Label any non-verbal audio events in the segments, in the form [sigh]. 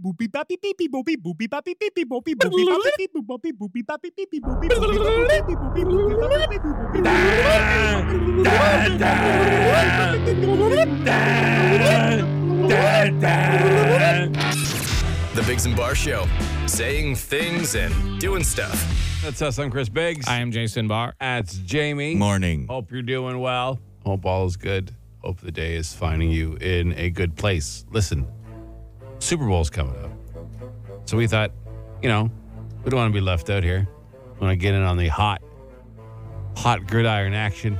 boopy boppy beepy boopy boopy boppy beepy boopy boopy boppy beepy boopy boopy boppy beepy boopy boopy boopy boopy boopy boopy boopy The Biggs and Bar Show, saying things and doing stuff. That's us. I'm Chris Biggs. I am Jason Barr. That's Jamie. Morning. Hope you're doing well. Hope all is good. Hope the day is finding you in a good place. Listen, Super Bowl's coming up. So we thought, you know, we don't want to be left out here. We want to get in on the hot, hot gridiron action.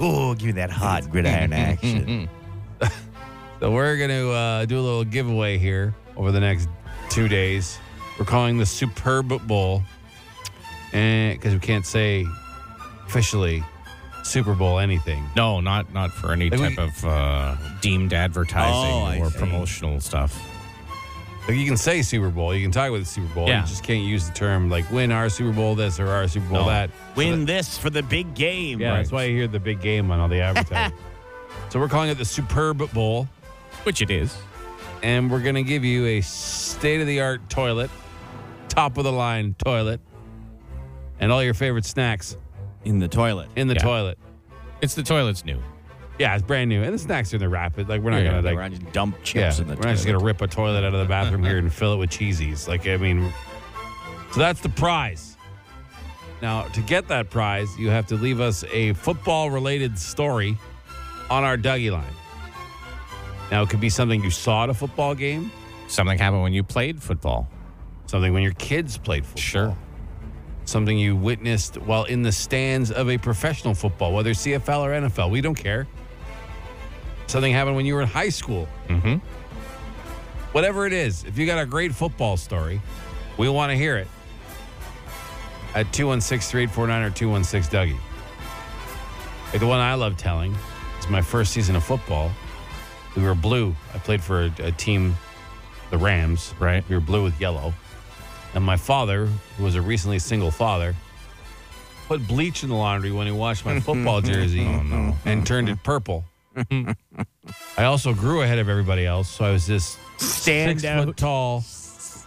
Oh, give me that hot gridiron action. So we're going to uh, do a little giveaway here over the next two days. We're calling the Superb Bowl because we can't say officially Super Bowl anything. [laughs] No, not not for any Like we- type of uh, deemed advertising Oh, I or see. promotional stuff. Like you can say Super Bowl, you can talk with the Super Bowl. Yeah. You just can't use the term like win our Super Bowl this or our Super Bowl that. Win this for the big game. Yeah, that's why you hear the big game on all the [laughs] advertising. so we're calling it the Superb Bowl, Which it is. and we're gonna give you a state of the art toilet, top of the line toilet, and all your favorite snacks In the toilet. in the Yeah. toilet. It's the toilet's new. Yeah, it's brand new, and the snacks are in the rapid. Like we're not Yeah, gonna like We're not just dump Yeah, chips in the we're not just toilet. gonna rip a toilet out of the bathroom here and fill it with cheesies. Like I mean, so that's the prize. Now to get that prize, you have to leave us a football-related story on our Dougie line. Now it could be something you saw at a football game, Something happened when you played football. something when your kids played football, Sure. something you witnessed while in the stands of a professional football, whether CFL or NFL. We don't care. Something happened when you were in high school. Mhm. Whatever it is, if you got a great football story, we want to hear it at 216 3849 or 216 Dougie. Like the one I love telling is my first season of football. We were blue. I played for a, a team, the Rams. Right. We were blue with yellow. And my father, who was a recently single father, put bleach in the laundry when he washed my [laughs] Oh, football jersey and turned it purple. I also grew ahead of everybody else, so I was this Stand six foot [laughs] tall,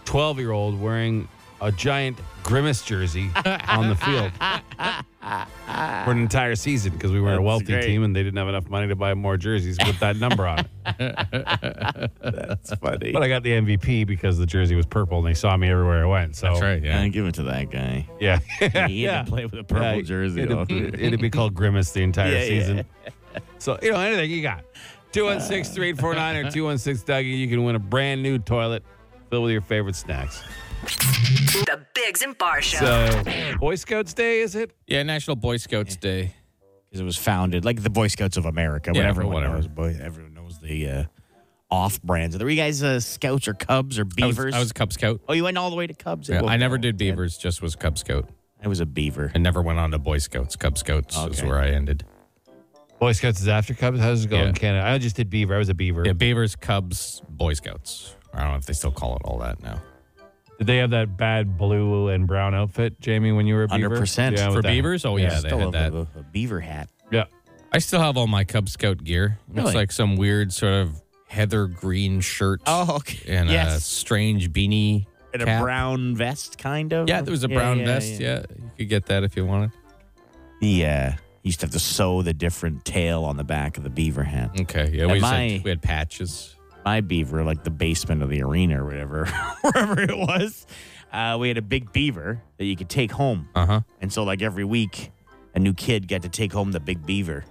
12 year old wearing a giant Grimace [laughs] jersey on the field for an entire season because we were a That's wealthy great. team and they didn't have enough money to buy more jerseys with that number [laughs] on it. That's funny. But I got the MVP because the jersey was purple and they saw me everywhere I went. So That's right. Yeah. I give it to that guy. [laughs] Yeah. He had to play with a purple Yeah, jersey on. It'd, it'd be called Grimace the entire Yeah, yeah. season. So, you know, anything you got. 216 3849 or 216 Dougie, you can win a brand new toilet filled with your favorite snacks. The Bigs and Bar Show. So, Boy Scouts Day, is it? Yeah. National Boy Scouts Day. because it was founded like the Boy Scouts of America. Yeah, Yeah, whatever, whatever. whatever. Knows, boy, everyone knows the uh, off brands. Were you guys uh, Scouts or Cubs or I was, Beavers? I was a Cub Scout. oh, you went all the way to Cubs. Yeah, Well, I never no, did man. Beavers, just was Cub Scout. I was a Beaver. I never went on to Boy Scouts. Cub Scouts is Okay. where I ended. Boy Scouts is after Cubs. How's it going Yeah. in Canada? I just did Beaver. I was a Beaver. Yeah, Beavers, Cubs, Boy Scouts. I don't know if they still call it all that now. Did they have that bad blue and brown outfit, Jamie, when you were a Beaver? 100%. Yeah, For with that. Beavers? Oh, yeah, they Still had have that. a, a beaver hat. Yeah. I still have all my Cub Scout gear. Really? It's like some weird sort of heather green shirt okay. and a Oh, yes, strange beanie. uh, and a Oh, cap. brown vest, kind of. Yeah, there was a brown yeah, vest. Yeah. you could get that if you wanted. He uh, he used to have to sew the different tail on the back of the beaver hat. Okay, yeah, And we, just my- had, we had patches. my beaver, like the basement of the arena or whatever, [laughs] wherever it was, uh, we had a big beaver that you could take home. Uh huh. And so, like every week, a new kid got to take home the big beaver.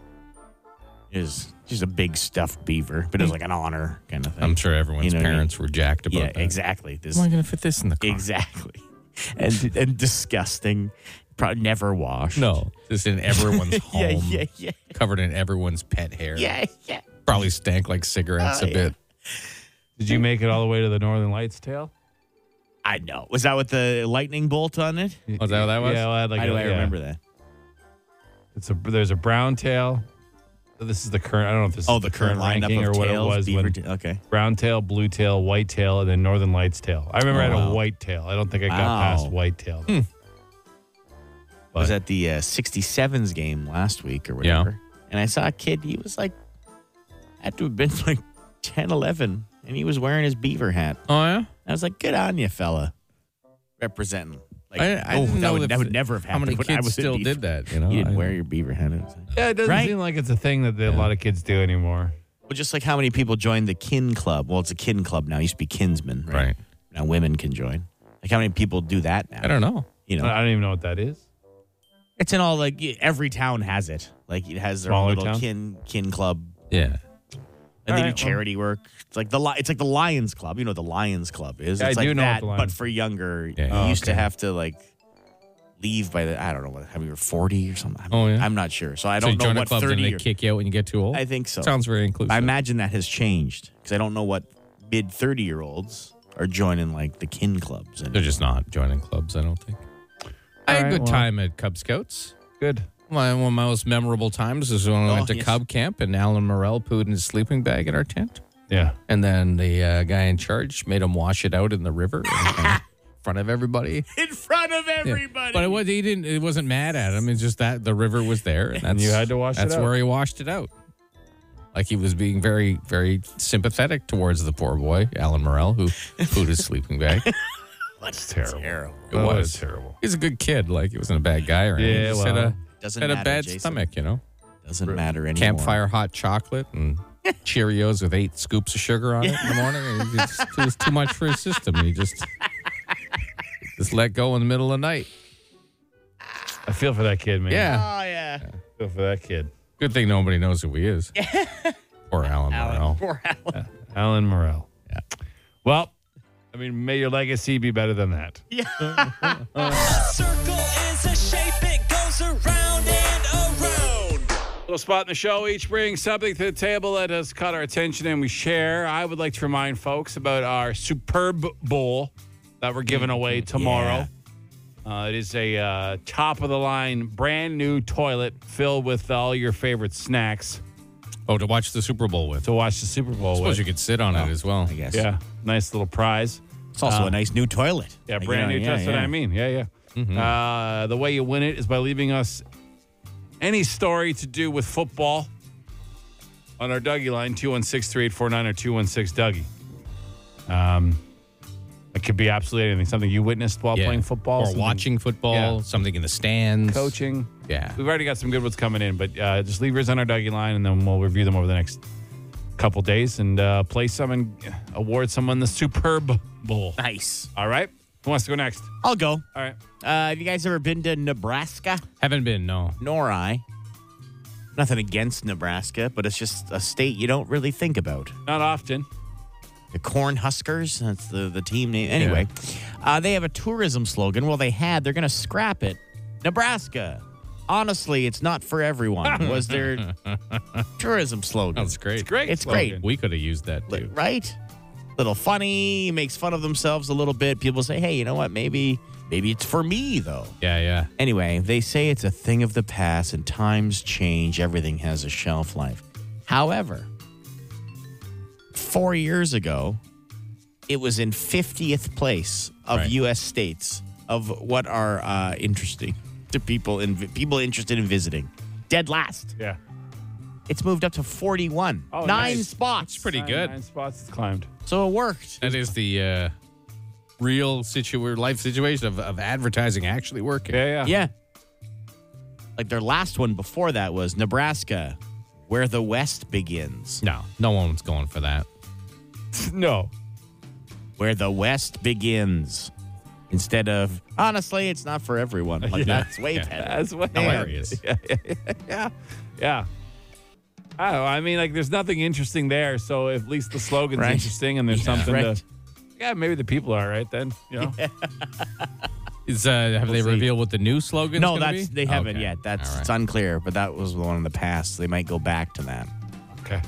It was just a big stuffed beaver, but it was like an honor kind of thing. I'm sure everyone's You know what I mean? parents were jacked about Yeah, that. exactly. This How am I going to fit this in the car? exactly, [laughs] and and disgusting. Probably never washed. No, just in [laughs] everyone's home. Yeah, yeah, yeah, Covered in everyone's pet hair. yeah, yeah. Probably stank like cigarettes Oh, a yeah. bit. Did you make it all the way to the Northern Lights tail? I know. Was that with the lightning bolt on it? Was that what that was? Yeah, well, I had like How a- do I yeah. remember that? It's a there's a brown tail. This is the current. I don't know if this Oh, is the current ranking lineup or of what tails, it was. beaver When ta- okay. brown tail, blue tail, white tail, and then Northern Lights tail. I remember Oh, I had a wow. white tail. I don't think I got Wow. Hmm. past white tail. I was at the uh, 67s game last week or whatever. And I saw a kid, he was like, [laughs] had to have been like 10, 11, and he was wearing his beaver hat. Oh, yeah? I was like, good on you, fella. Representing. Like, I- I didn't that, know would, if- that would never have how happened. many when I kids was in still Beaver. did that, you know? You didn't I- wear your beaver hat. It was like- Yeah, it doesn't Right? seem like it's a thing that the- a lot of kids do anymore. Well, just like how many people joined the kin club. Well, it's a kin club now. It used to be kinsmen, right? Right. Now women can join. Like how many people do that now? I don't know. You know, I don't even know what that is. it's in all like every town has it. Like it has their own Smaller little town? kin kin club Yeah. and they All right, do well. charity work. It's like the Li- it's like the Lions Club. You know what the Lions Club is. Yeah, I it's do like know what that, the Lions- but for younger. Yeah. You Oh, used to okay. have to like leave by the I don't know what how many were forty or something. I'm, Oh, yeah. I'm not sure. So I so you don't join know a what club and thirty. they or- kick you out when you get too old. I think so. Sounds very inclusive. I imagine that has changed because I don't know what mid thirty year olds are joining like the kin clubs. And They're just not joining clubs, I don't think. I had a right, good well. time at Cub Scouts. Good. My, one of my most memorable times is when I Oh, went to yes. Cub Camp and Alan Morrell pooed in his sleeping bag in our tent. Yeah. And then the uh, guy in charge made him wash it out in the river in front of everybody. [laughs] in front of Yeah. everybody. But it was he didn't. It wasn't mad at him. It's just that the river was there, and that's, you had to wash it That's out. where he washed it out. Like he was being very, very sympathetic towards the poor boy, Alan Morrell, who pooed his sleeping bag. [laughs] It That's terrible. terrible. It was. was terrible. He's a good kid. Like he wasn't a bad guy or anything. Yeah, he just had well, a doesn't had a matter, bad Jason. stomach, you know. Doesn't matter anymore. Campfire hot chocolate [laughs] and Cheerios with eight scoops of sugar on it in the morning. And It just- it was too much for his system. He just just let go in the middle of the night. I feel for that kid, man. Yeah. Oh yeah. I feel for that kid. Good thing nobody knows who he is. Poor Alan, Morrell. Poor Alan. Alan Morrell. Yeah. Well, I mean, may your legacy be better than that. circle is a shape, it goes around and around. little spot in the show. Each brings something to the table that has caught our attention and we share. I would like to remind folks about our Superb Bowl that we're giving away tomorrow. Uh, it is a uh, top of the line, brand new toilet filled with all your favorite snacks Oh, to watch the Super Bowl with. I to watch the Super Bowl suppose with. you could sit on it as well. I guess. yeah, nice little prize. It's also a nice new toilet. Uh, Yeah, Like, brand you know, new. yeah, That's what yeah. Mm-hmm. I mean. Yeah, yeah. Uh, the way you win it is by leaving us any story to do with football on our Dougie line, 216-3849 or 216-DOUGIE. Um, it could be absolutely anything. Something you witnessed while Yeah. playing football. or something- watching football, Yeah. something in the stands, Coaching. Yeah. We've already got some good ones coming in, but uh, just leave yours on our Dougie line, and then we'll review them over the next couple days and uh, play some and award someone the Superb [laughs] Bowl. Nice. All right? Who wants to go next? I'll go. All right. Uh, have you guys ever been to Nebraska? Haven't been no. Nor I. Nothing against Nebraska, but it's just a state you don't really think about. Not often. The Corn Huskers, that's the, the team name. Anyway, uh, they have a tourism slogan. Well, they had. They're going to scrap it. Nebraska. Honestly, it's not for everyone, was their tourism slogan. That's great. Great. It's slogan. great. We could have used that Li- too. right? Little funny, makes fun of themselves a little bit. People say, hey, you know what? Maybe, maybe it's for me, though. Yeah, yeah. Anyway, they say it's a thing of the past and times change. Everything has a shelf life. However, four years ago, it was in 50th place of Right. U.S. states of what are uh, interesting to people and people interested in visiting. Dead last. Yeah. It's moved up to 41. Oh, Nine nice. spots. Pretty Nine- good. Nine spots it's climbed. so it worked. That is the uh, real situa- life situation of, of advertising actually working. Yeah, yeah. Yeah. Like their last one before that was Nebraska, where the West begins. No, no one's going for that. No. where the West begins. Instead of honestly, it's not for everyone. Like that's way Yeah. better. That's what Hilarious. Yeah. I don't know. I mean, like, there's nothing interesting there. So at least the slogan's Right. interesting and there's something right. to. Yeah, maybe the people are right then. You know? Is, uh, have they see. revealed what the new slogan? No, gonna that's be? they haven't Okay. yet. That's All right. it's unclear, but that was the one in the past. They might go back to that. Okay. All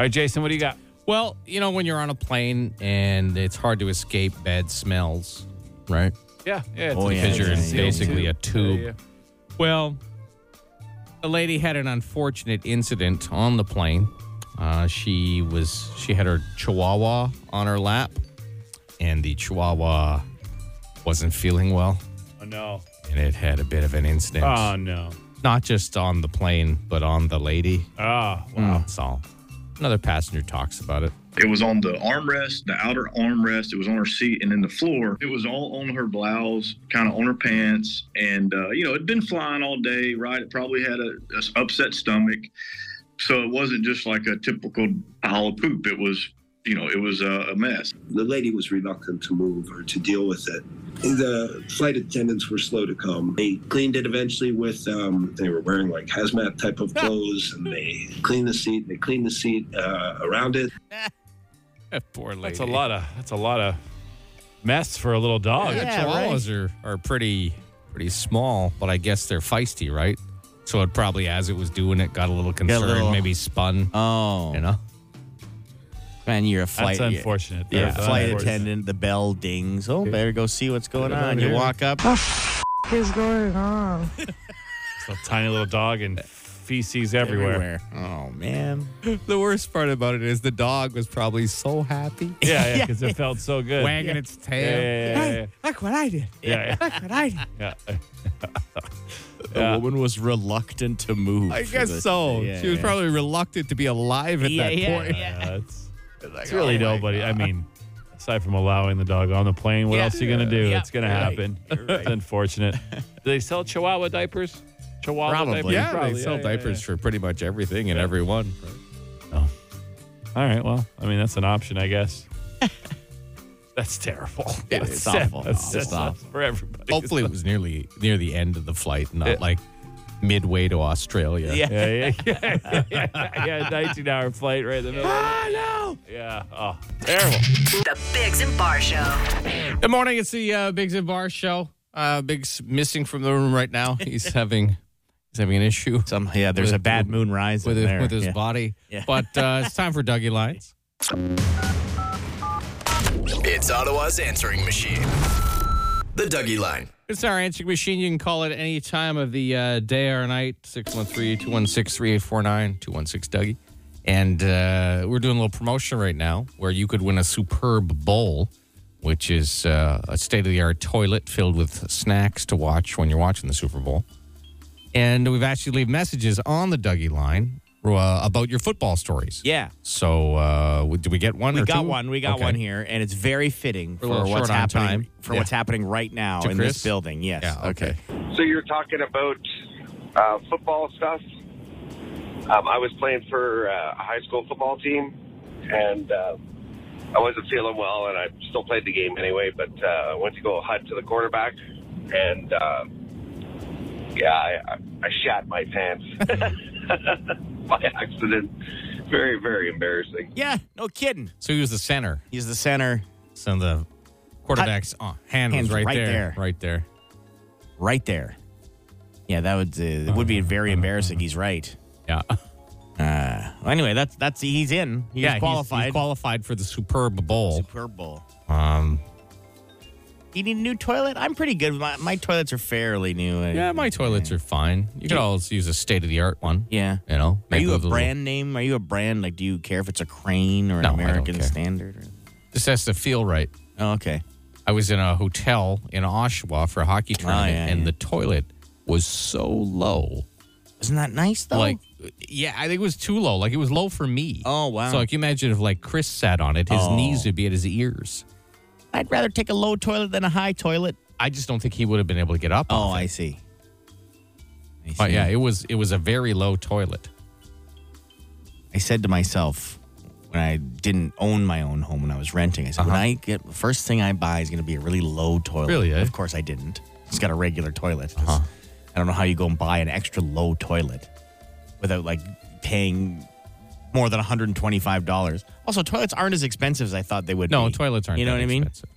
right, Jason, what do you got? Well, you know, when you're on a plane and it's hard to escape bad smells, right? Yeah. Yeah. It's Oh, yeah. Because you're in yeah, basically a tube. Yeah, yeah. Well, the lady had an unfortunate incident on the plane. Uh, she was she had her chihuahua on her lap, and the chihuahua wasn't feeling well, Oh, no. and it had a bit of an incident. Oh, no. Not just on the plane, but on the lady. Hmm, Oh, That's all. Another passenger talks about it. It was on the armrest, the outer armrest. It was on her seat and then the floor. It was all on her blouse, kind of on her pants. And, uh, you know, it'd been flying all day, right? It probably had a, a s- upset stomach. So it wasn't just like a typical pile of poop. It was, you know, it was a, a mess. The lady was reluctant to move or to deal with it. The flight attendants were slow to come. They cleaned it eventually with, um, they were wearing like hazmat type of clothes and they cleaned the seat. They cleaned the seat uh, around it. Poor lady. That's a lot of that's a lot of mess for a little dog. Yeah, Yeah, chihuahuas are, are pretty pretty small, but I guess they're feisty, right? So it probably, as it was doing it, got a little concerned, little- maybe spun. Oh, you know, man, you're a flight. That's unfortunate. Yeah, That's flight unfortunate. attendant. The bell dings. Oh, better go see what's going on. You Yeah. walk up. It's a tiny little dog and feces everywhere. Oh man. the worst part about it is the dog was probably so happy, [laughs] Yeah, yeah, because it felt so good. [laughs] wagging its tail. Yeah, yeah, yeah, Look what I did. yeah, yeah, Look what I did. yeah, yeah. The woman was reluctant to move. I for the- guess so. Yeah, she was yeah. probably reluctant to be alive at Yeah, that yeah, point. yeah. Oh Uh, it's, [laughs] it's really nobody. I mean, aside from allowing the dog on the plane, what Yeah. else are you gonna do? Yeah, It's gonna you're right. happen. You're [laughs] it's [laughs] unfortunate. do they sell Chihuahua diapers? Chihuahua Probably. diapers. Yeah, Probably. they sell yeah, diapers for pretty much everything and everyone. yeah. All right. Well, I mean, that's an option, I guess. [laughs] that's terrible. [laughs] Yeah, [laughs] That's it's sad. awful. That's, It's that's awful. for everybody. Hopefully, it was nearly near the end of the flight, not Yeah. like midway to Australia. Yeah. yeah, yeah, yeah, yeah, yeah, [laughs] yeah. 19 hour flight right in the middle. Ah, Oh, no. Yeah. Oh, terrible. The Bigs and Bar Show. Good morning. It's the uh, Biggs and Bar show. Uh, Biggs missing from the room right [laughs] now. He's having he's having an issue Some yeah. There's With- a bad moon rise with in his, there. with his yeah. body. Yeah. But uh, it's time for Dougie lines. It's Ottawa's answering machine. The Dougie Line. It's our answering machine. You can call it any time of the uh, day or night. 613-216-3849, 216-DOUGIE. And uh, we're doing a little promotion right now where you could win a superb bowl, which is uh, a state-of-the-art toilet filled with snacks to watch when you're watching the Super Bowl. And we've actually leave messages on the Dougie line uh, about your football stories. Yeah. So uh, we- did we get one We or got two? one. We got Okay. one here, and it's very fitting a for little what's short on happening time. for Yeah. what's happening right now To in Chris? this building. Yes. Yeah, okay. So you're talking about uh, football stuff. Um, I was playing for uh, a high school football team, and uh, I wasn't feeling well, and I still played the game anyway. But uh, I went to go hut to the quarterback, and uh, yeah, I, I, I shat my pants [laughs] by accident. Very, very embarrassing. Yeah. No kidding. So he was the center. He's the center So the quarterback's uh, hand was Hands right, right there, there. Right there. right there. Yeah, that would uh, it would be very embarrassing. He's right. Uh, Yeah. Well, anyway, that's that's he's in. He's yeah, qualified. qualified for the Superb Bowl. Super Bowl. Um, You need a new toilet? I'm pretty good. with My, my toilets are fairly new. yeah, my toilets are fine. You could always use a state of the art one. Yeah. You know, Are maybe you a with little- brand name? Are you a brand? Like, do you care if it's a crane or an No, I don't American care. standard? Or... This has to feel right. Oh, okay. I was in a hotel in Oshawa for a hockey tournament, Ah, yeah, and yeah. the toilet was so low. Isn't that nice though? Like, yeah, I think it was too low. Like, it was low for me. Oh, wow. So, like, you imagine if, like, Chris sat on it, his Oh. knees would be at his ears. I'd rather take a low toilet than a high toilet. I just don't think he would have been able to get up. Oh, off it. I see. I see. But Oh, yeah, it was it was a very low toilet. I said to myself when I didn't own my own home when I was renting, I said, when I get the first thing I buy is going to be a really low toilet. Uh-huh. Really, eh? Uh-huh. Of course, I didn't. It's got a regular toilet. 'cause I don't know how you go and buy an extra low toilet without like paying more than $125. Also, toilets aren't as expensive as I thought they would No, be. toilets aren't. You know that what I mean? expensive.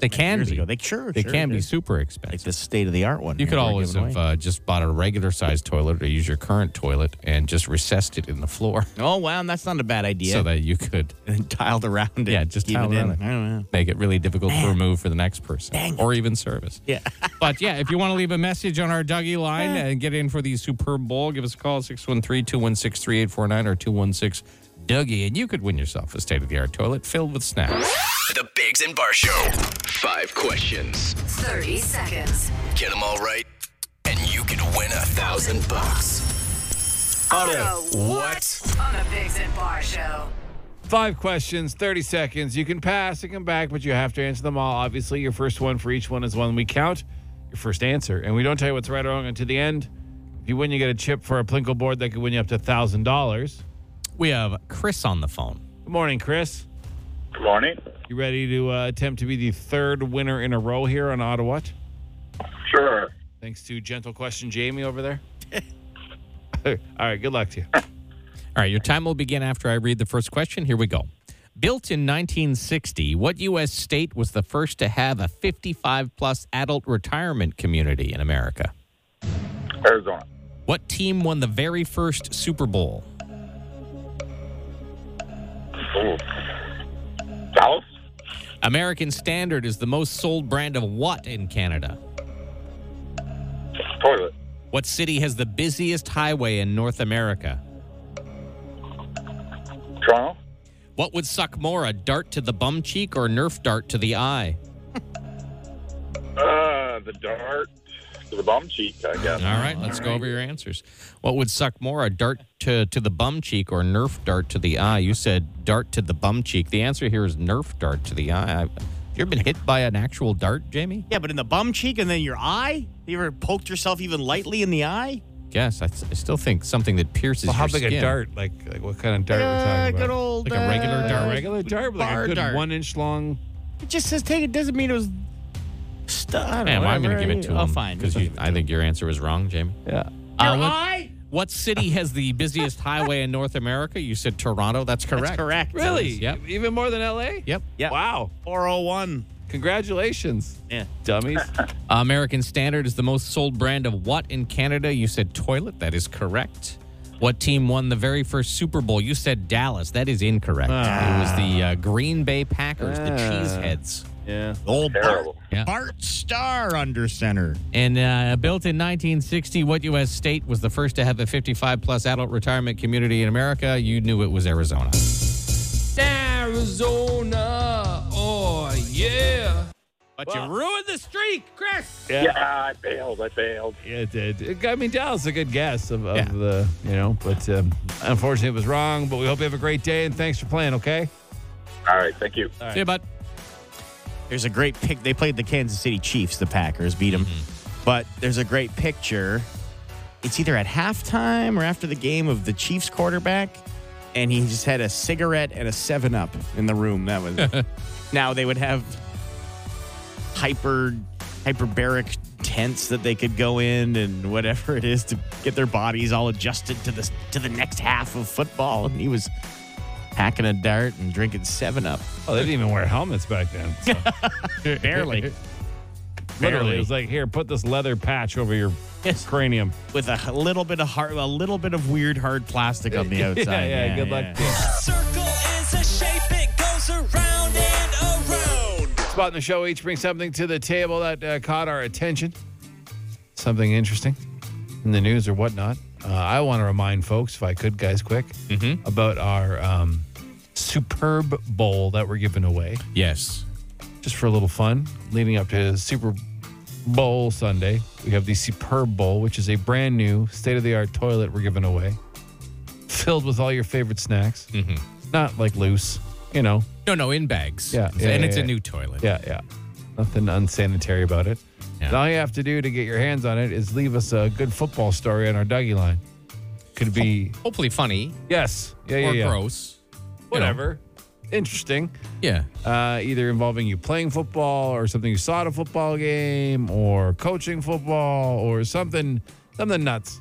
They can Years be. ago. They, They sure, sure, can be they're- super Like expensive. this state of the art one. you here could we're always giving have away. uh, just bought a regular sized toilet or use your current toilet and just recessed it in the floor [laughs] oh, wow. and That's not a bad idea. so that you could [laughs] and tiled around it. Yeah, just keep tiled it in. around it. I don't know. make it really difficult to remove for the next person Dang it. or even service. Yeah. [laughs] But yeah, if you want to leave a message on our Dougie line and get in for the Superb Bowl, give us a call 613 216 3849 or 216 Dougie, and you could win yourself a state of the art toilet filled with snacks. The Bigs and Bar Show. Five questions. 30 seconds. Get them all right, and you can win a thousand bucks. Auto what? On the Bigs and Bar Show. Five questions, 30 seconds. You can pass and come back, but you have to answer them all. Obviously, your first one for each one is one we count, your first answer. And we don't tell you what's right or wrong until the end. If you win, you get a chip for a Plinko board that could win you up to $1,000. We have Chris on the phone. Good morning, Chris. Good morning. You ready to uh, attempt to be the third winner in a row here on Ottawa? Sure. Thanks to Gentle Question Jamie over there. [laughs] All right, good luck to you. All right, your time will begin after I read the first question. Here we go. Built in 1960, what U.S. state was the first to have a 55 plus adult retirement community in America? Arizona. What team won the very first Super Bowl? Ooh. Dallas. American Standard is the most sold brand of what in Canada? Toilet. What city has the busiest highway in North America? Toronto. What would suck more, a dart to the bum cheek or Nerf dart to the eye? Uh, the dart to the bum cheek, I guess. All right, let's go over your answers. What would suck more, a dart to, to the bum cheek or Nerf dart to the eye? You said dart to the bum cheek. The answer here is Nerf dart to the eye. I've, you ever been hit by an actual dart, Jamie? Yeah, but in the bum cheek and then your eye? You ever poked yourself even lightly in the eye? Yes, I, s- I still think something that pierces Well, how your big skin. a dart? Like, like what kind of dart we're talking about? Uh, good old. Like a regular uh, dart, A regular dart, like bar a good dart. one inch long. It just says take it. Doesn't mean it was. Stu- I don't Yeah, know, well, I'm going to give whatever. it to him. Oh, fine. Because I think your answer was wrong, Jamie. Yeah. Uh, what, what city has the busiest highway in North America? You said Toronto. That's correct. That's correct. Really? Yep. Even more than LA? Yep. Yeah. Wow. 401. Congratulations, Yeah. dummies. American Standard is the most sold brand of what in Canada? You said toilet. That is correct. What team won the very first Super Bowl? You said Dallas. That is incorrect. It was the uh, Green Bay Packers, the Cheeseheads. yeah. Old Bart, Terrible. Yeah. Bart Starr under center. And uh, built in 1960, what U.S. state was the first to have a 55 plus adult retirement community in America? You knew it was Arizona. Arizona, oh yeah. But you ruined the streak, Chris. Yeah. I failed. I failed. Yeah, it did. It- I mean, Dallas is a good guess of, of Yeah. the, you know, but um, unfortunately it was wrong. But we hope you have a great day and thanks for playing, okay? All right. Thank you. See you, bud. There's a great pic. They played the Kansas City Chiefs. The Packers beat them. But there's a great picture. It's either at halftime or after the game of the Chiefs quarterback, and he just had a cigarette and a Seven Up in the room. That was. now they would have hyper hyperbaric tents that they could go in and whatever it is to get their bodies all adjusted to the to the next half of football. And he was hacking a dart and drinking Seven Up. Oh, they didn't even wear helmets back then. so. Barely. [laughs] Literally, it was like, here, put this leather patch over your Yes. cranium. with a h- little bit of hard, a little bit of weird hard plastic on the [laughs] outside. yeah, yeah, good luck. to you. Circle is a shape, it goes around and around. Spot in the show each brings something to the table that uh, caught our attention, something interesting in the news or whatnot. Uh, I want to remind folks, if I could, guys, quick, about our um, superb bowl that we're giving away Yes. just for a little fun leading up to Super Bowl Sunday. We have the Superb Bowl, which is a brand new state of the art toilet we're giving away, filled with all your favorite snacks. Mm-hmm. Not like loose, you know. No, no, in bags. Yeah, and yeah, it's yeah, a yeah. new toilet. Yeah, yeah. Nothing unsanitary about it. Yeah. And all you have to do to get your hands on it is leave us a good football story on our Dougie line. Could [laughs] be Hopefully funny yes, yeah, yeah, or yeah. gross. whatever, interesting. Yeah. Uh, either involving you playing football or something you saw at a football game or coaching football or something, something nuts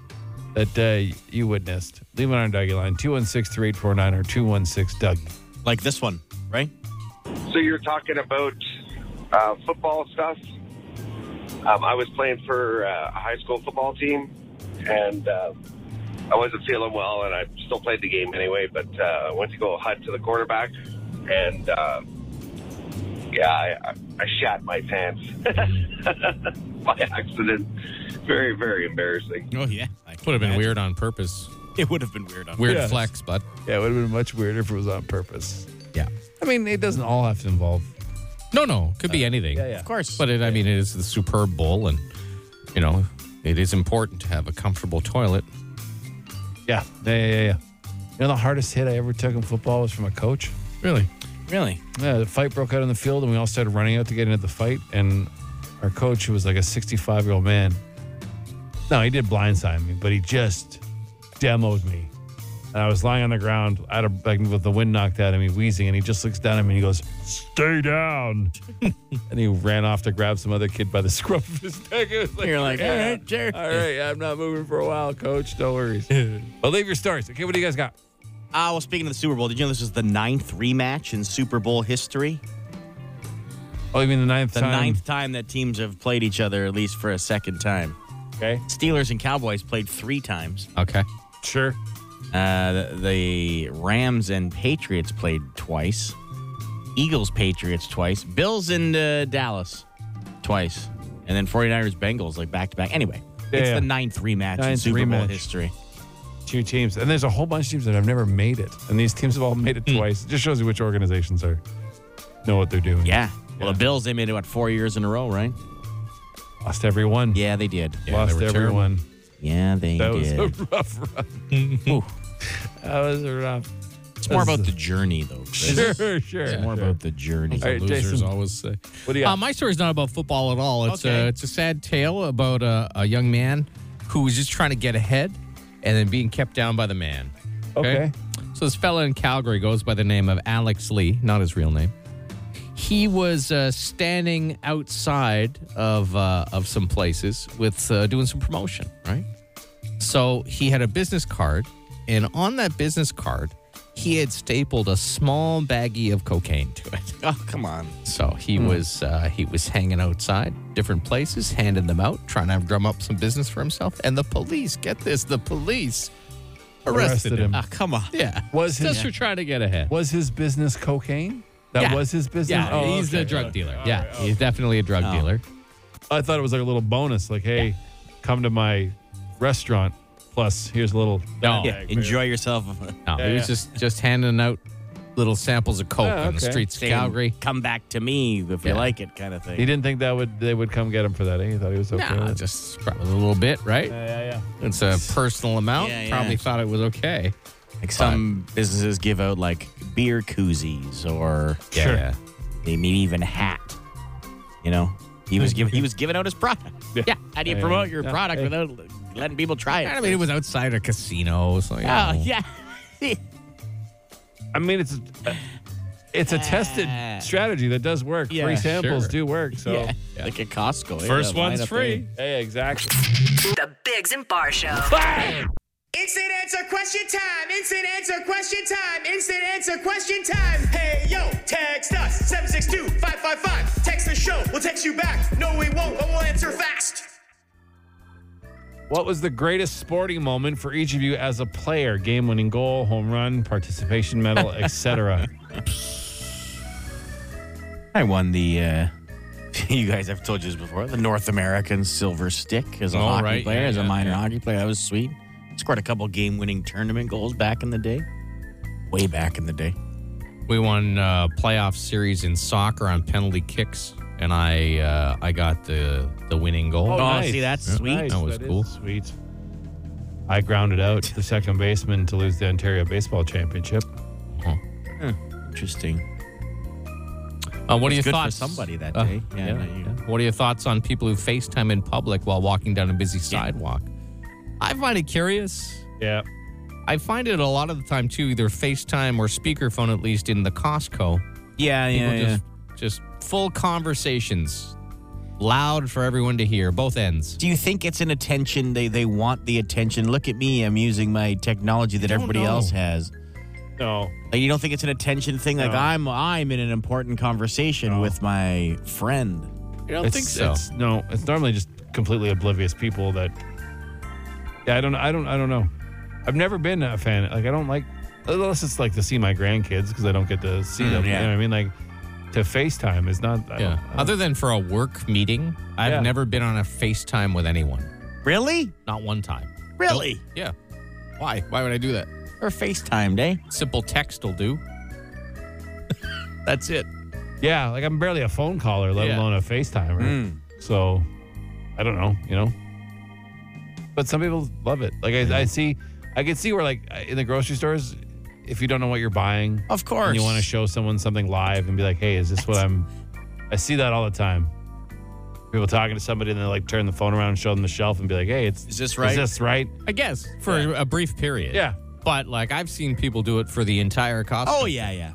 that uh, you witnessed. Leave it on our Dougie line 216 3849 or 216 Doug. Like this one, right? So you're talking about Uh, football stuff. Um, I was playing for uh, a high school football team, and uh, I wasn't feeling well, and I still played the game anyway. But uh, I went to go hut to the quarterback, and uh, yeah, I, I, I shat my pants by accident. Very, very embarrassing. Oh yeah, Would have been weird on purpose. It would have been weird. On Weird Yes. flex, but Yeah, it would have been much weirder if it was on purpose. yeah. I mean, it doesn't all have to involve. No, no, could be anything. Uh, yeah, yeah. Of course, But it, I mean, it is the superb bowl, and you know, it is important to have a comfortable toilet. Yeah, yeah, yeah, yeah. You know, the hardest hit I ever took in football was from a coach. Really? Really? Yeah, the fight broke out on the field, and we all started running out to get into the fight. And our coach, who was like a 65 year old man, no, he did blindside me, but he just demoed me. And I was lying on the ground, out of like with the wind knocked out of me, wheezing, and he just looks down at me and he goes, "Stay down." [laughs] and he ran off to grab some other kid by the [laughs] scruff of his neck. It was like, You're like, "Yeah, all right, sure." all right, I'm not moving for a while, coach. No [laughs] worries. well, leave your stories. Okay, what do you guys got? Ah, well, speaking of the Super Bowl, did you know this is the ninth rematch in Super Bowl history? Oh, you mean the ninth The time? ninth time that teams have played each other, at least for a second time. Okay. Steelers and Cowboys played three times. Okay. Sure. Uh, the, the Rams and Patriots played twice. Eagles, Patriots twice. Bills and uh, Dallas twice. And then 49ers, Bengals, like back to back. Anyway, Yeah, it's yeah. the ninth rematch in Ninth Super Bowl rematch. history. Two teams. And there's a whole bunch of teams that have never made it. And these teams have all made Hmm. it twice. It just shows you which organizations are know what they're doing. Yeah. Well, the Bills, they made it, what, four years in a row, right? Lost everyone. Yeah, they did. Lost they were everyone. Yeah, they That was [laughs] did. a rough run. [laughs] Ooh. That was a rough. It's more about the journey, though. Chris. Sure, sure. It's more about the journey. All right, Losers Jason. always say. What do you got? Uh, my story's not about football at all. It's Okay. a it's a sad tale about a, a young man who was just trying to get ahead and then being kept down by the man. Okay. So this fella in Calgary goes by the name of Alex Lee, not his real name. He was uh, standing outside of uh, of some places with uh, doing some promotion, right? So he had a business card, and on that business card, he had stapled a small baggie of cocaine to it. [laughs] Oh, come on. Hmm. So he was uh, he was hanging outside different places, handing them out, trying to drum up some business for himself. And the police, get this, the police Arrested arrested, him. him. Oh, come on. Yeah, Was his- just for trying to get ahead. Was his business cocaine? That Yeah. was his business? Yeah, Oh, he's okay. a drug Okay. dealer. All yeah, right. he's definitely a drug Oh. dealer. I thought it was like a little bonus. Like, hey, come to my restaurant. Plus, here's a little. No, Yeah, enjoy yourself. no, Yeah, he was yeah. just just handing out little samples of coke Oh, on the okay. streets of Saying, Calgary. Come back to me if Yeah. you like it, kind of thing. He didn't think that would they would come get him for that. eh? He thought he was okay. Nah, with it. just probably a little bit, right? yeah, It's a personal amount. Yeah, yeah. Probably thought it was okay. Like some businesses give out like beer koozies or Yeah, Sure. yeah. they may even hat. You know, he was giving he was giving out his product. Yeah. Yeah. [laughs] How do you Yeah, promote your yeah. product Hey. without letting people try it? I mean, it was outside a casino. So, [laughs] you Oh, know. yeah. I mean, it's a, it's a tested Ah. strategy that does work. Yeah, Free samples sure. do work. So, yeah. Like at Costco. eh? first The one's lineup free. there. Hey, exactly. The Bigs and Bar Show. Instant answer question time. Instant answer question time. Instant answer question time. Hey yo, text us 762-555. Text the show. We'll text you back. No, we won't, but we'll answer fast. What was the greatest sporting moment for each of you as a player? Game winning goal, home run, participation medal, etc. I won the. uh [laughs] You guys, I've told you this before. The North American Silver Stick as a Oh, hockey right. player, Yeah, as a yeah, minor yeah. hockey player, that was sweet. Scored a couple game-winning tournament goals back in the day, way back in the day. We won uh, playoff series in soccer on penalty kicks, and I uh, I got the the winning goal. [laughs] Oh, see, that's sweet. That was is cool. sweet. I grounded out the second baseman to lose the Ontario Baseball Championship. Interesting. Uh, what are your It's good thoughts? for somebody that Uh, day. yeah, yeah, no, you- What are your thoughts on people who FaceTime in public while walking down a busy sidewalk? I find it curious. Yeah. I find it a lot of the time too, either FaceTime or speakerphone, at least in the Costco. yeah, yeah, People yeah. just just full conversations, loud for everyone to hear, both ends. Do you think it's an attention? They they want the attention. Look at me. I'm using my technology that everybody know. else has. No. Like you don't think it's an attention thing? Like No. I'm I'm in an important conversation No. with my friend. I don't think so. It's, no, it's normally just completely oblivious people that. Yeah, I don't. I don't. I don't know. I've never been a fan. Like I don't like unless it's like to see my grandkids because I don't get to see them. yeah. You know what I mean? Like to FaceTime is not. I Mm, Yeah. Don't, I don't- Other than for a work meeting, I've Yeah. never been on a FaceTime with anyone. Really? Not one time. Really? Yeah. Why? Why would I do that? Or eh? FaceTime day? Simple text will do. [laughs] That's it. yeah. Like I'm barely a phone caller, let Yeah. Mm. alone a FaceTimer. So I don't know, you know. But some people love it. Like I, I see, I can see where like in the grocery stores, if you don't know what you're buying. Of course. And you want to show someone something live and be like, hey, is this what I'm. I see that all the time. People talking to somebody and they like turn the phone around and show them the shelf and be like, hey, it's. Is this right? Is this right? I guess for a brief period. Yeah. [laughs] But like I've seen people do it for the entire costume. Oh yeah, yeah.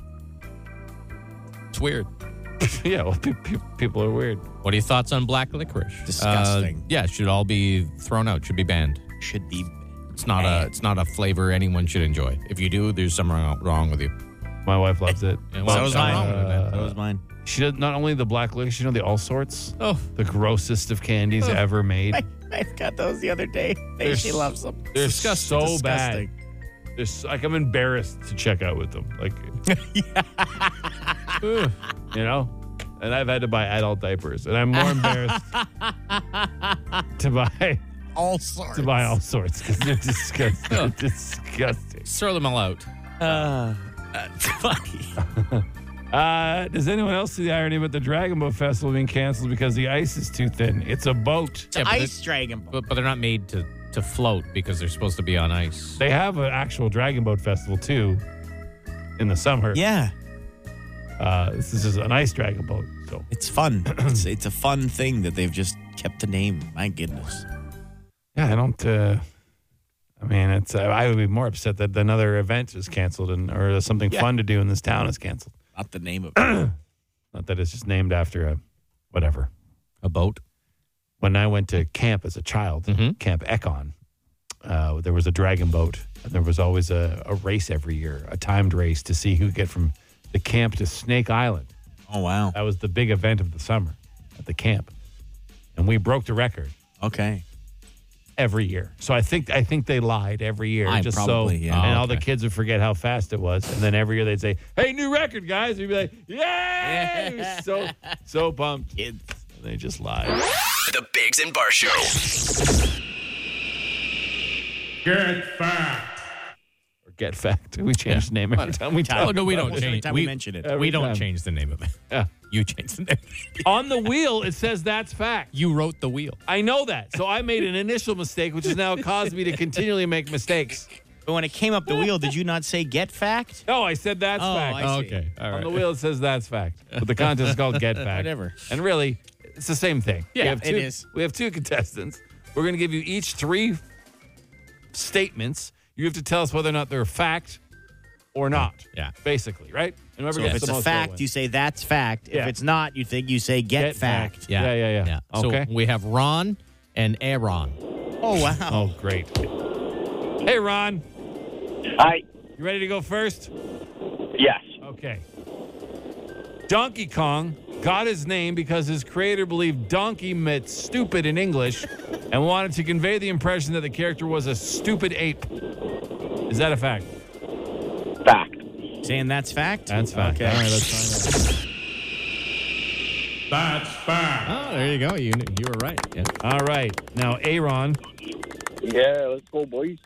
It's weird. yeah, well, pe- pe- people are weird. What are your thoughts on black licorice? Disgusting. Uh, yeah, it should all be thrown out. Should be banned. Should be. It's not a it's not a flavor anyone should enjoy. If you do, there's something wrong- wrong with you. My wife loves it. Yeah, Mom well, that was does. mine. Uh, that was mine. she does not only the black licorice, she know the all sorts, Oh, the grossest of candies ever made. I got those the other day. There's- she loves them. They're Disgusting. so bad. Disgusting. They're s like I'm embarrassed to check out with them. [laughs] Like, Ugh, you know, and I've had to buy adult diapers, and I'm more embarrassed to buy All sorts. to buy all sorts because they're disgusting. They're [laughs] disgusting. throw them all out. [laughs] Uh, Uh, does anyone else see the irony about the Dragon Boat Festival being canceled because the ice is too thin? It's a boat. Yeah, but ice [laughs] dragon. Ball. But, but they're not made to to float because they're supposed to be on ice. They have an actual Dragon Boat Festival too in the summer. Yeah, Uh, this is just an ice dragon boat. So it's fun. it's, it's a fun thing that they've just kept the name. My goodness. yeah, I don't. Uh, I mean, it's. Uh, I would be more upset that another event is canceled and or something Yeah. fun to do in this town is canceled. Not the name of it. Not that it's just named after a whatever. A boat. When I went to camp as a child, Mhm. Camp Ekon, uh, there was a dragon boat, and there was always a, a race every year, a timed race to see who could get from the camp to Snake Island. oh wow. That was the big event of the summer at the camp, and we broke the record. Okay. every year. So I think I think they lied every year I just probably, so yeah. and Oh, all the okay. kids would forget how fast it was. And then every year they'd say, "Hey, new record, guys!" We'd be like, "Yay!" It was so so pumped. Kids, and they just lied. The Bigs and Bar Show. Or get fact. [laughs] We change the name every time we talk. [laughs] Oh no, we about don't it. change. time we mention it. Every we don't time. change the name of it. Yeah. You change the name. On the wheel, it says that's fact. you wrote the wheel. I know that. So I made an initial mistake, which has now caused me to continually make mistakes. But when it came up the wheel, did you not say get fact? No, I said that's Oh, fact. I see. Okay. All On right. the wheel, it says that's fact. But the contest is called [laughs] Get Fact. Whatever. And really, it's the same thing. Yeah, have it two, is. We have two contestants. We're going to give you each three statements. You have to tell us whether or not they're a fact or not. Yeah. Basically, right? And whoever So gets if it's the a most fact, you you say that's fact. Yeah. If it's not, you think you say get, fact. Yeah, yeah, yeah. Okay. So we have Ron and Aaron. Oh wow. oh, great. Hey, Ron. Hi. You ready to go first? Yes. Okay. Donkey Kong got his name because his creator believed donkey meant stupid in English and wanted to convey the impression that the character was a stupid ape. Is that a fact? Fact. Saying that's fact. That's fact. Okay. All right, let's find Oh, there you go. You you were right. Yeah. out. All right. Now, Aaron, Yeah, let's go, boys.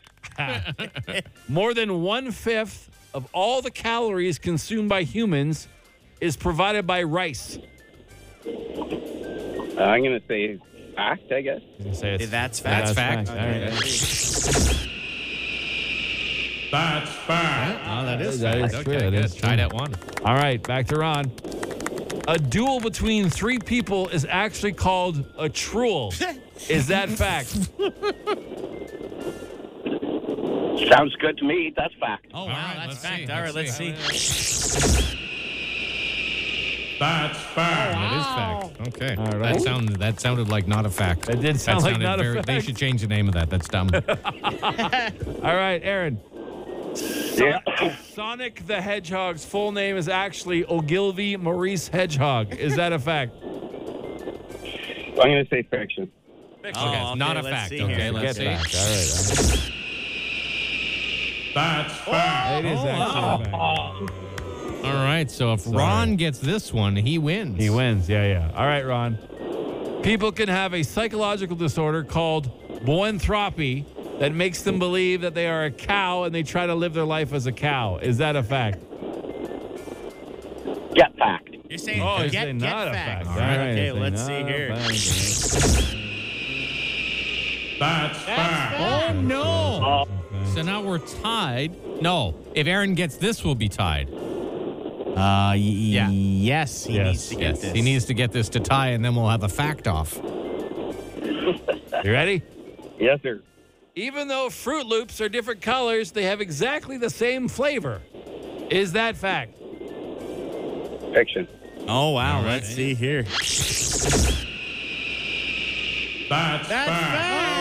[laughs] more than one fifth of all the calories consumed by humans is provided by rice. I'm gonna say fact, I guess. You can say it's- That's fact. That's fact. fact. All right. Oh, that is That is fact. true. Okay, That good. is true. Tied at one. All right, back to Ron. A duel between three people is actually called a [laughs] truel. is that fact? Sounds good to me. That's fact. Oh wow, right, that's let's fact. see, All right, let's let's see. That is fact. Okay. All right. That sounded that sounded like not a fact. It did sound that like sounded not a very, They fact. should change the name of that. [laughs] That's dumb. All right, Aaron. So- Sonic the Hedgehog's full name is actually Ogilvy Maurice Hedgehog. Is that a [laughs] fact? I'm gonna say fiction. Oh, okay, it's not a let's fact. see Okay, here. let's see. Forget fact. All right. All right. It is actually a fact. All right. So if Ron gets this one, he wins. He wins. Yeah, yeah. All right, Ron. People can have a psychological disorder called boanthropy that makes them believe that they are a cow and they try to live their life as a cow. Is that a fact? Get fact. You're saying Oh, he's get, saying get not a fact. fact. All he's right, okay, saying let's not see a here. fact. Oh, Oh no! So now we're tied. No, if Aaron gets this, we'll be tied. Uh, yeah. Yes, he needs to get this. He needs to get this to tie, and then we'll have a fact off. You ready? Yes, sir. Even though Fruit Loops are different colors, they have exactly the same flavor. Is that fact? Fiction. Oh wow! Let's see here. That's, fact.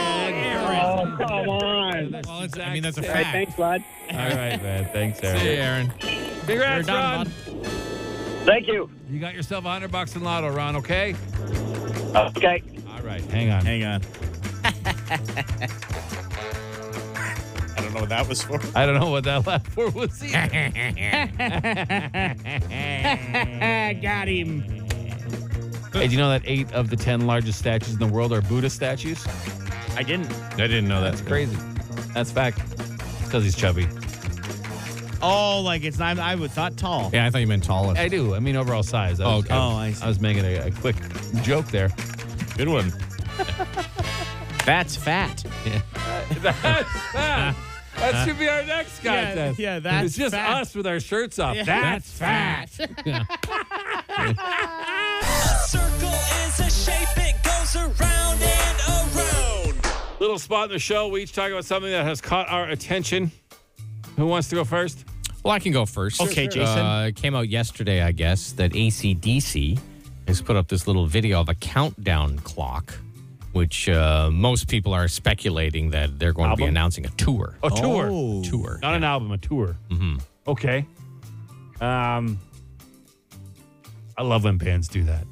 Oh, come on. Well, it's, I mean, that's a All right, fact. thanks, lad. All right, man. Thanks, Aaron. Hey, Aaron. Congrats, We're done, Ron. Thank you. You got yourself 100 bucks in Lotto, Ron. Okay. Okay. All right. Hang on. Hang on. I don't know what that was for. I don't know what that [laughs] laugh for was. either. Got him. hey, do you know that eight of the 10 largest statues in the world are Buddha statues? I didn't. I didn't know that. That's crazy. That's fact. Because he's chubby. Oh, like it's not. I would thought tall. Yeah, I thought you meant taller. I do. I mean, overall size. I was, Okay. Oh, I see. I was making a, a quick joke there. Good one. That's fat. that should be our next Yeah, contest. yeah, that's It's just fact. us with our shirts off. Yeah. That's, That's fact. Circle is a shape, it goes around and around. Little spot in the show. We each talk about something that has caught our attention. Who wants to go first? Well, I can go first. Okay, Sure, sure. Jason. Uh, it came out yesterday, I guess, that ACDC has put up this little video of a countdown clock, which uh, most people are speculating that they're going to be Album? announcing a tour. Oh, A tour. Tour. Not an album, a tour. Mm-hmm. Okay. Um, I love when bands do that.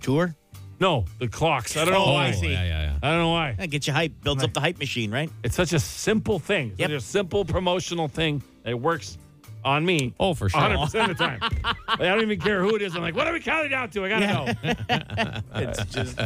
Tour. No, the clocks. I don't know Oh, why. I see. Yeah, yeah, yeah. I don't know why. That gets you hype. Builds up the hype machine, [laughs] right? It's such a simple thing. It's Yep. such a simple promotional thing that works on me. Oh, for sure. 100% of the [laughs] time. Like, I don't even care who it is. I'm like, what are we counting down to? I got to know. It's just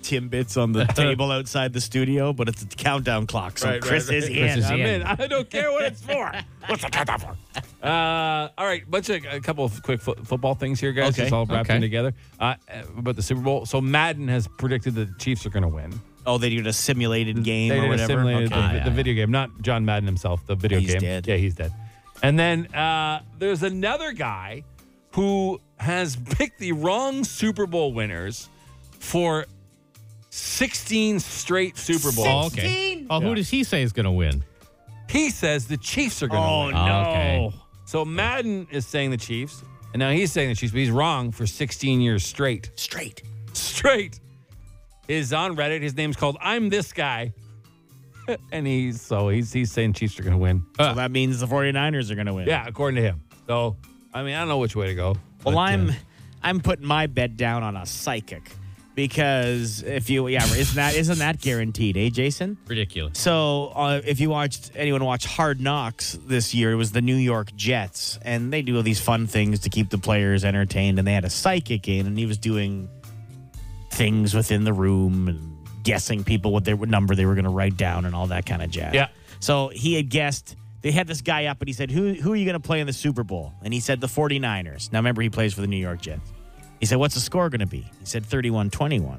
timbits on [laughs] the table outside the studio, but it's a countdown clock. So Right, Chris right, is right. in. Chris is I'm Yeah. in. I don't care what it's [laughs] for. What's the countdown for? Uh, all right, bunch of a couple of quick fo- football things here, guys. Okay, It's all wrapped okay. in together uh, about the Super Bowl. So Madden has predicted that the Chiefs are going to win. Oh, they did a simulated game They or did a whatever. simulated Okay. Ah, the, the video game, not John Madden himself. The video He's game. dead. Yeah, he's dead. And then uh, there's another guy who has [laughs] picked the wrong Super Bowl winners for 16 straight Super Oh, Bowls. okay. Oh, who does he say is going to win? He says the Chiefs are going to Oh win. no. Okay. So Madden is saying the Chiefs, and now he's saying the Chiefs, but he's wrong for 16 years straight. Straight. Straight is on Reddit. His name's called I'm This Guy. [laughs] and he's so he's he's saying Chiefs are gonna win. So that means the 49ers are going to win. Yeah, according to him. So, I mean, I don't know which way to go. Well, but, I'm uh, I'm putting my bet down on a psychic because if you yeah isn't that isn't that guaranteed, eh, Jason? Ridiculous. So uh, if you watched anyone watch Hard Knocks this year, it was the New York Jets, and they do all these fun things to keep the players entertained. And they had a psychic in, and he was doing things within the room and guessing people what their what number they were going to write down and all that kind of jazz. Yeah. So he had guessed. They had this guy up and he said, "Who who are you going to play in the Super Bowl?" And he said the 49ers. Now remember he plays for the New York Jets. He said, "What's the score going to be?" He said 31-21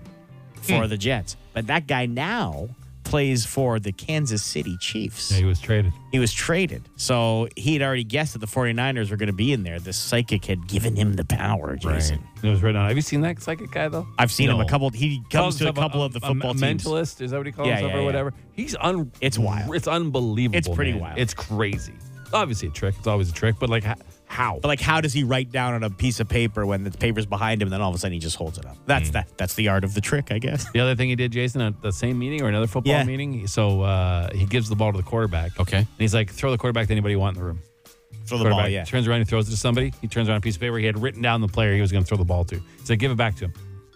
for Hmm. the Jets. But that guy now plays for the Kansas City Chiefs. yeah, he was traded. He was traded. So he had already guessed that the 49ers were going to be in there. This psychic had given him the power, Jason. It was right on. Have you seen that psychic guy though? I've seen him No. a couple. He comes to a couple of the football a, teams. Mentalist is that what he calls Yeah, himself yeah, or yeah. whatever? He's un. It's wild. It's unbelievable. It's pretty man. wild. It's crazy. It's obviously a trick. It's always a trick. But like, h- how? But like, how does he write down on a piece of paper when the paper's behind him, and then all of a sudden he just holds it up? Hmm. That's that. That's the art of the trick, I guess. [laughs] The other thing he did, Jason, at the same meeting or another football Yeah. meeting. So uh, he gives the ball to the quarterback. Okay. And he's like, throw the quarterback to anybody you want in the room. Throw the ball, Quarterback yeah. Turns around and throws it to somebody. He turns around a piece of paper. He had written down the player he was going to throw the ball to. He's like, give it back to him.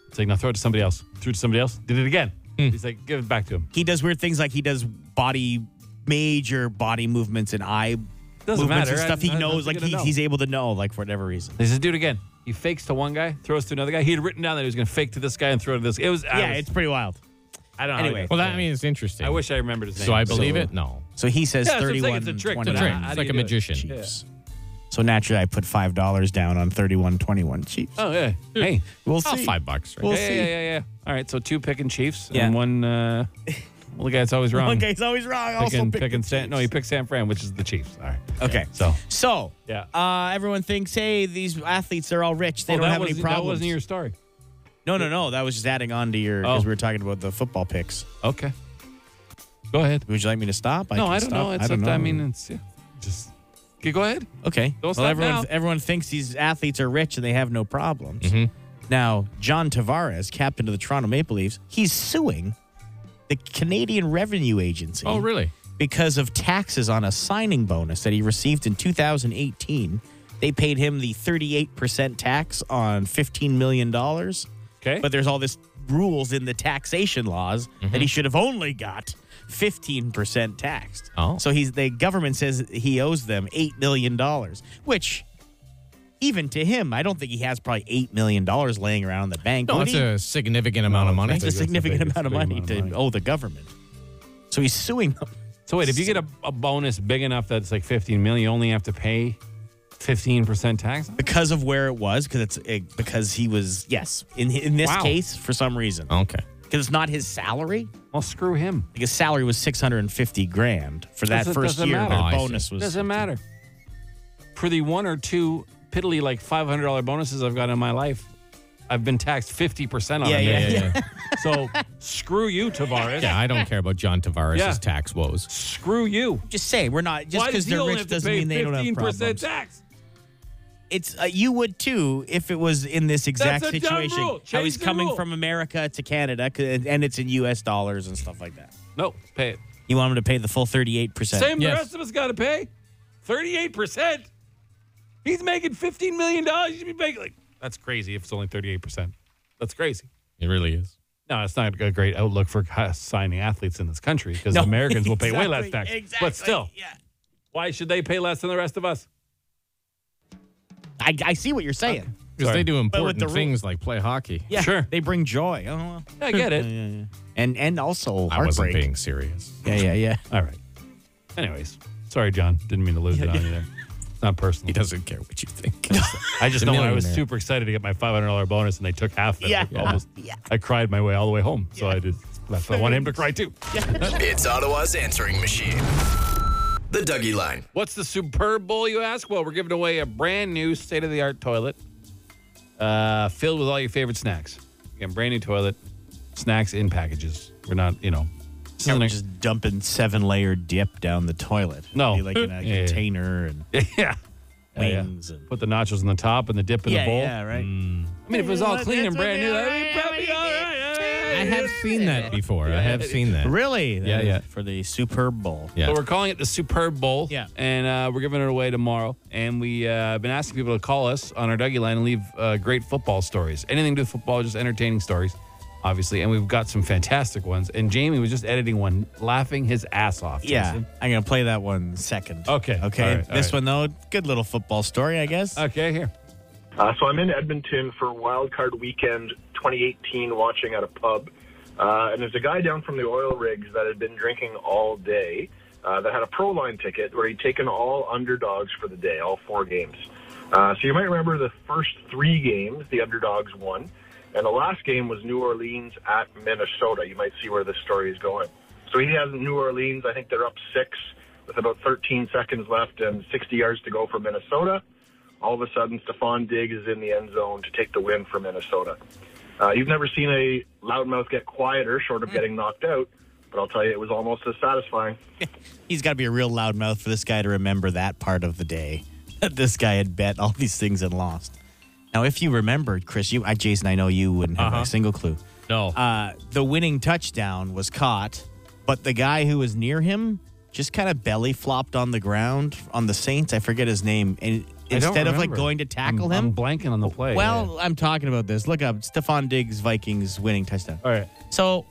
He's like, now throw it to somebody else. Threw it to somebody else. Did it again. Hmm. He's like, give it back to him. He does weird things like he does body major body movements and eye Doesn't movements matter. and stuff. I- he I- knows, how's he like gonna he, know? he's able to know, like for whatever reason. He says, do it again. He fakes to one guy, throws to another guy. He had written down that he was going to fake to this guy and throw to this. It was. I yeah, was- it's pretty wild. I don't know. how anyway. he Well, does that it. I mean, it's interesting. I wish I remembered his name. So I believe it? No. So he says Yeah, that's what I'm saying, thirty-one. it's a trick, but 21 I- Trick. how It's do like you a do it? magician. Chiefs. So naturally, I put five dollars down on 31-21 Chiefs. Oh yeah. Hey. We'll Oh, see. five bucks. Right? We'll yeah, see. yeah, yeah, yeah. All right. So two picking Chiefs [laughs] Yeah. and one. Uh, Well, the guy's always wrong. [laughs] One guy's always wrong. I also Picking, picked picking the San, no, he picked San Fran, which is the Chiefs. All right. Okay. So So, Yeah. uh, everyone thinks, hey, these athletes, they're all rich. They Oh, don't that have any wasn't- problems. That wasn't your story. No, no, no. That was just adding on to your, because Oh. we were talking about the football picks. Okay. Go ahead. Would you like me to stop? no, can I don't stop. know. It's up to- I mean, it's yeah, just okay, go ahead. Okay. Don't well, stop everyone, now. everyone thinks these athletes are rich and they have no problems. Now, John Tavares, captain of the Toronto Maple Leafs, he's suing the Canadian Revenue Agency Oh, really? because of taxes on a signing bonus that he received in 2018. They paid him the 38% tax on $15 million. Okay. But there's all this rules in the taxation laws that he should have only got 15% taxed. Oh. So he's the government says he owes them $8 million, which even to him, I don't think he has probably $8 million laying around in the bank. No, would that's he? a significant amount of money. That's a significant big- amount of big money amount of to money. owe the government. So he's suing them. So wait, if you get a, a bonus big enough that's like 15 million, you only have to pay 15% tax. on it? because of where it was because it's it, because he was yes in in this Wow. case for some reason Okay. because it's not his salary Well, screw him. like his salary was 650 grand for that Doesn't- 1st doesn't year matter. but Oh, I the see. bonus was Doesn't matter. For the one or two piddly like $500 bonuses I've got in my life, I've been taxed 50% on Yeah, them. yeah, Yeah, yeah. So screw you, Tavares. yeah, I don't care about John Tavares' Yeah. tax woes. Screw you. just say we're not just Why does because he they're only rich have to doesn't pay mean they don't have 15% problems tax? it's uh, you would too if it was in this exact That's a dumb situation rule. how Change he's the coming rule. from america to canada 'cause- and it's in us dollars and stuff like that No, pay it. you want him to pay the full 38% Same Yes. the rest of us got to pay. 38%. He's making $15 million. You should be making like, that's crazy if it's only 38%. That's crazy. It really is. No, it's not a great outlook for hi- signing athletes in this country because No, [laughs] Americans will pay way less exactly, tax. exactly But still, yeah why should they pay less than the rest of us? I, I see what you're saying Because Sorry. they do important the rule- things like play hockey. yeah Sure. they bring joy oh well. I get [laughs] it. and and also I wasn't being serious. Yeah, yeah, yeah. All right. Anyways, sorry, John. Didn't mean to lose it on you [laughs] there. It's not personal. He doesn't care what you think. I [laughs] just a know I was millionaire. super excited to get my $500 bonus and they took half of it. Yeah. I almost, I cried my way all the way home. So I just left. I want him to cry too. It's Ottawa's answering machine. The Dougie Line. What's the Superb Bowl, you ask? Well, we're giving away a brand new state of the art toilet uh, filled with all your favorite snacks. Again, brand new toilet, snacks in packages. We're not, you know, [laughs] this Yeah, isn't we're a- just dumping seven layer dip down the toilet. No. Be like in Yeah, a yeah. container and yeah. wings and Put the nachos in the top and the dip in yeah, the bowl. Mm. yeah, right. I mean, if it was all clean and brand new, what that'd they- probably be all right. Yeah, yeah, I yeah. have seen that before. I have seen that. Really? That Yeah, is yeah. For the Superb Bowl. Yeah. So we're calling it the Superb Bowl. Yeah. And uh, we're giving it away tomorrow. And we've uh, been asking people to call us on our Dougie line and leave uh, great football stories. Anything to do with football, just entertaining stories, obviously. And we've got some fantastic ones. And Jamie was just editing one, laughing his ass off. Yeah, Jason. I'm gonna play that one second. Okay, Okay. all right, all this right. one though, good little football story, I guess. Okay, here. Uh, so I'm in Edmonton for Wild Card Weekend 2018, watching at a pub, uh, and there's a guy down from the oil rigs that had been drinking all day. Uh, that had a pro line ticket where he'd taken all underdogs for the day, all four games. Uh, so you might remember the first three games the underdogs won, and the last game was New Orleans at Minnesota. You might see where this story is going. So he has New Orleans. I think they're up six with about 13 seconds left and 60 yards to go for Minnesota. All of a sudden, Stephon Diggs is in the end zone to take the win for Minnesota. Uh, you've never seen a loudmouth get quieter, short of getting knocked out, but I'll tell you, it was almost as satisfying. He's got to be a real loudmouth for this guy to remember that part of the day [laughs] that this guy had bet all these things and lost. Now, if you remember, Chris, you, I, Jason, I know you wouldn't Uh-huh. have a single clue. No. Uh, the winning touchdown was caught, but the guy who was near him just kind of belly flopped on the ground on the Saints. I forget his name. And I don't instead of like remember. going to tackle I'm- him, I'm blanking on the play. well, I'm talking about this. Look up Stephon Diggs Vikings winning touchdown. Yeah. all right. So,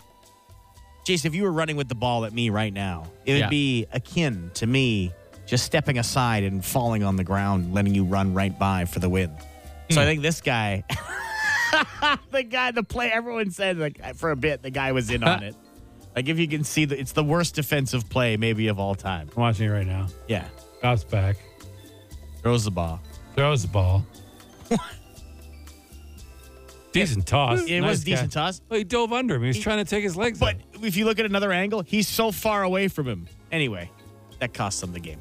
Jason, if you were running with the ball at me right now, it would Yeah. be akin to me just stepping aside and falling on the ground, letting you run right by for the win. Hmm. So I think this guy, [laughs] the guy, the play, everyone said like for a bit, the guy was [laughs] in on it. Like if you can see that it's the worst defensive play maybe of all time. I'm watching it right now. Yeah, Cops back, throws the ball. throws the [laughs] ball. decent toss. It Nice was guy. decent toss, Well, he dove under him. He was trying to take his legs but out. if you look at another angle, he's so far away from him. Anyway, that cost them the game.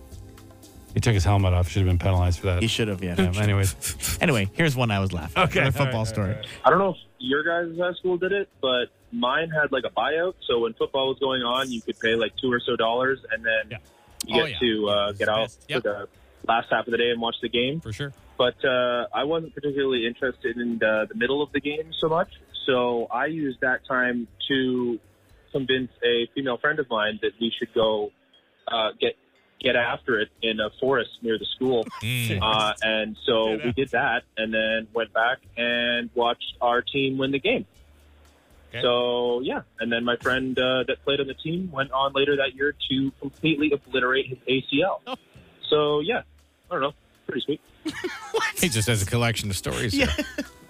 He took his helmet off. Should have been penalized for that. He should have. Yeah. [laughs] anyways, anyway, here's one I was laughing. at. Okay, Another all right, football all right, story. I don't know if your guys' high school did it, but mine had like a buyout. So when football was going on, you could pay like two or so dollars, and then you Oh, get yeah. to uh, get out for the last half of the day and watch the game. For sure. But uh, I wasn't particularly interested in the, the middle of the game so much. So I used that time to convince a female friend of mine that we should go uh, get get after it in a forest near the school. Uh, and so we did that, and then went back and watched our team win the game. So yeah, and then my friend uh, that played on the team went on later that year to completely obliterate his ACL. So yeah, I don't know, pretty sweet. [laughs] He just has a collection of stories. Yeah.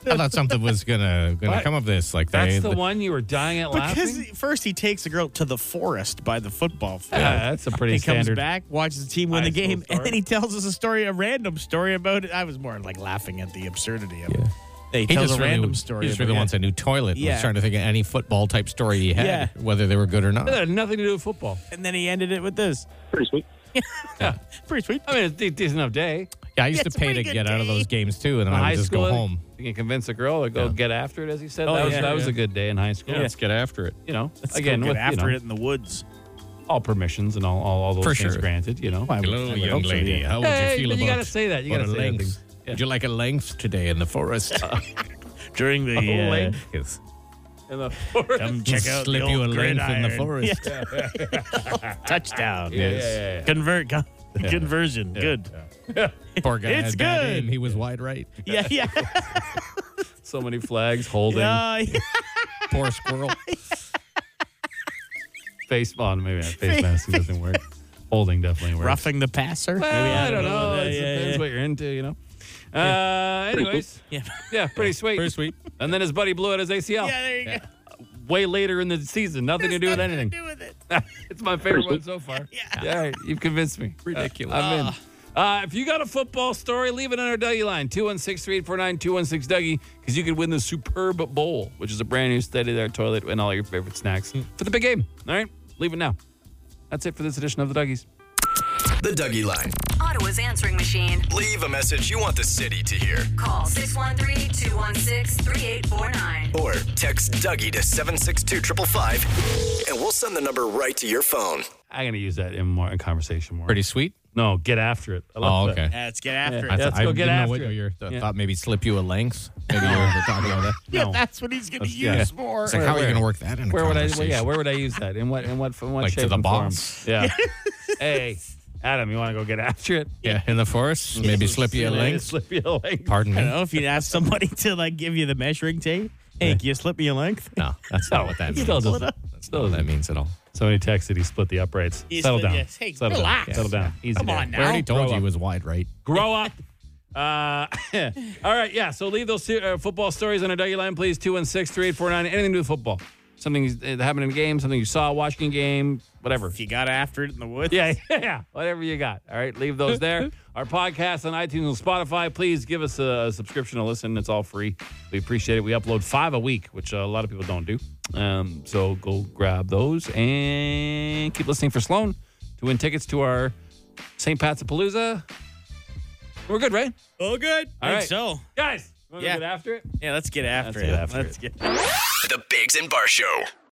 I thought something was gonna gonna But come of this. Like That's they, the one you were dying at Because laughing. first he takes the girl to the forest by the football field. Yeah, that's a pretty He standard comes back, watches the team win high the school game, story. and then he tells us a story, a random story about it. I was more like laughing at the absurdity of it. He, tells a really- random story. He just about really it. wants a new toilet. I Yeah. was trying to think of any football type story he had, Yeah. whether they were good or not. That had nothing to do with football. And then he ended it with this. [laughs] Pretty sweet. Pretty sweet. I mean, it's a de- decent enough day. Yeah, I used to pay to get out of those games too, and then I would just go home. You can convince a girl to go get after it, as you said. Oh, that was, yeah, that was yeah. a good day in high school. Yeah, let's get after it. You know, Let's go again, get with, after you know, it in the woods. all permissions and all all, all those For things sure. granted. You know, Hello, young lady. How would Hey, you feel but about? You gotta say that. You about gotta a say that length? thing. Would you like a length today in [laughs] the forest? During the A uh, length? yes. In the forest. Come check out Slip the you old a length in the [laughs] gridiron. forest. Yeah. Touchdown. Yeah, yeah, yeah, yeah. Convert. con- Conversion. Good. Poor guy It's had bad good. aim. He was wide right. Yeah, yeah. So many flags [laughs] holding. Uh, yeah. [laughs] Poor squirrel. face on maybe [laughs] not face masking doesn't work. Holding definitely works. Roughing the passer. Well, Maybe, I, don't know. Yeah, it yeah, depends yeah. what you're into, you know. Uh, Pretty anyways, [laughs] yeah, yeah, pretty sweet, pretty sweet. And then his buddy blew out his ACL. Yeah, there you go. Way later in the season, nothing to do with anything. do with it. [laughs] it's my favorite one so far. [laughs] yeah. all right, you've convinced me. Uh, Ridiculous. I'm in. Uh, if you got a football story, leave it on our Dougie line, 216 216 Dougie, because you could win the Superb Bowl, which is a brand new steady there toilet and all your favorite snacks for the big game. All right, leave it now. That's it for this edition of the Dougies. The Dougie Line. Ottawa's answering machine. Leave a message you want the city to hear. Call 613-216-3849. Or text Dougie to 762 555, and we'll send the number right to your phone. I'm gonna use that in more in conversation more. Pretty sweet. No, get after it. I Oh, love okay. That. Yeah, let's get after Yeah, it. th- let's go get didn't know after what it. you were- I Yeah. thought maybe slip you a length. Maybe you [laughs] were talking about that. Yeah, that's what he's going to Let's- use yeah. more. It's like, how are you going to work that in? A Where would I? conversation? Well, yeah, where would I use that? In what? In what? In what Like to shape the and form? boss? [laughs] Yeah. hey, Adam, you want to go get after it? Yeah, in the [laughs] forest, maybe slip you a length. Slip you a length. Pardon I me. [laughs] don't know if you'd ask somebody [laughs] to like give you the measuring tape. Hey, can you slip me a length? No, that's not what that means. Still That's doesn't. not what that means at all. Somebody texted. He split the uprights. He Settle split- down. yes. Hey, Settle Down. relax. Settle down. Easy. Come there. on now. I already Grow told you up. he was wide right. [laughs] Grow up. Uh, [laughs] all right, yeah. So leave those uh, football stories on our Dougie line, please. 216 3849. Anything to do with football. Something uh, that happened in a game, something you saw watching a game, whatever. If you got after it in the woods. Yeah, [laughs] yeah, whatever you got. All right, leave those there. [laughs] Our podcast on iTunes and Spotify. Please give us a subscription to listen. It's all free. We appreciate it. We upload five a week, which uh, a lot of people don't do. Um, so go grab those and keep listening for Sloan to win tickets to our St. Pat's Palooza. We're good, right? All good. All Think right. so. Guys, want to Yeah. get after it? Yeah, let's get after Let's it. get after let's get The Bigs and Bar Show.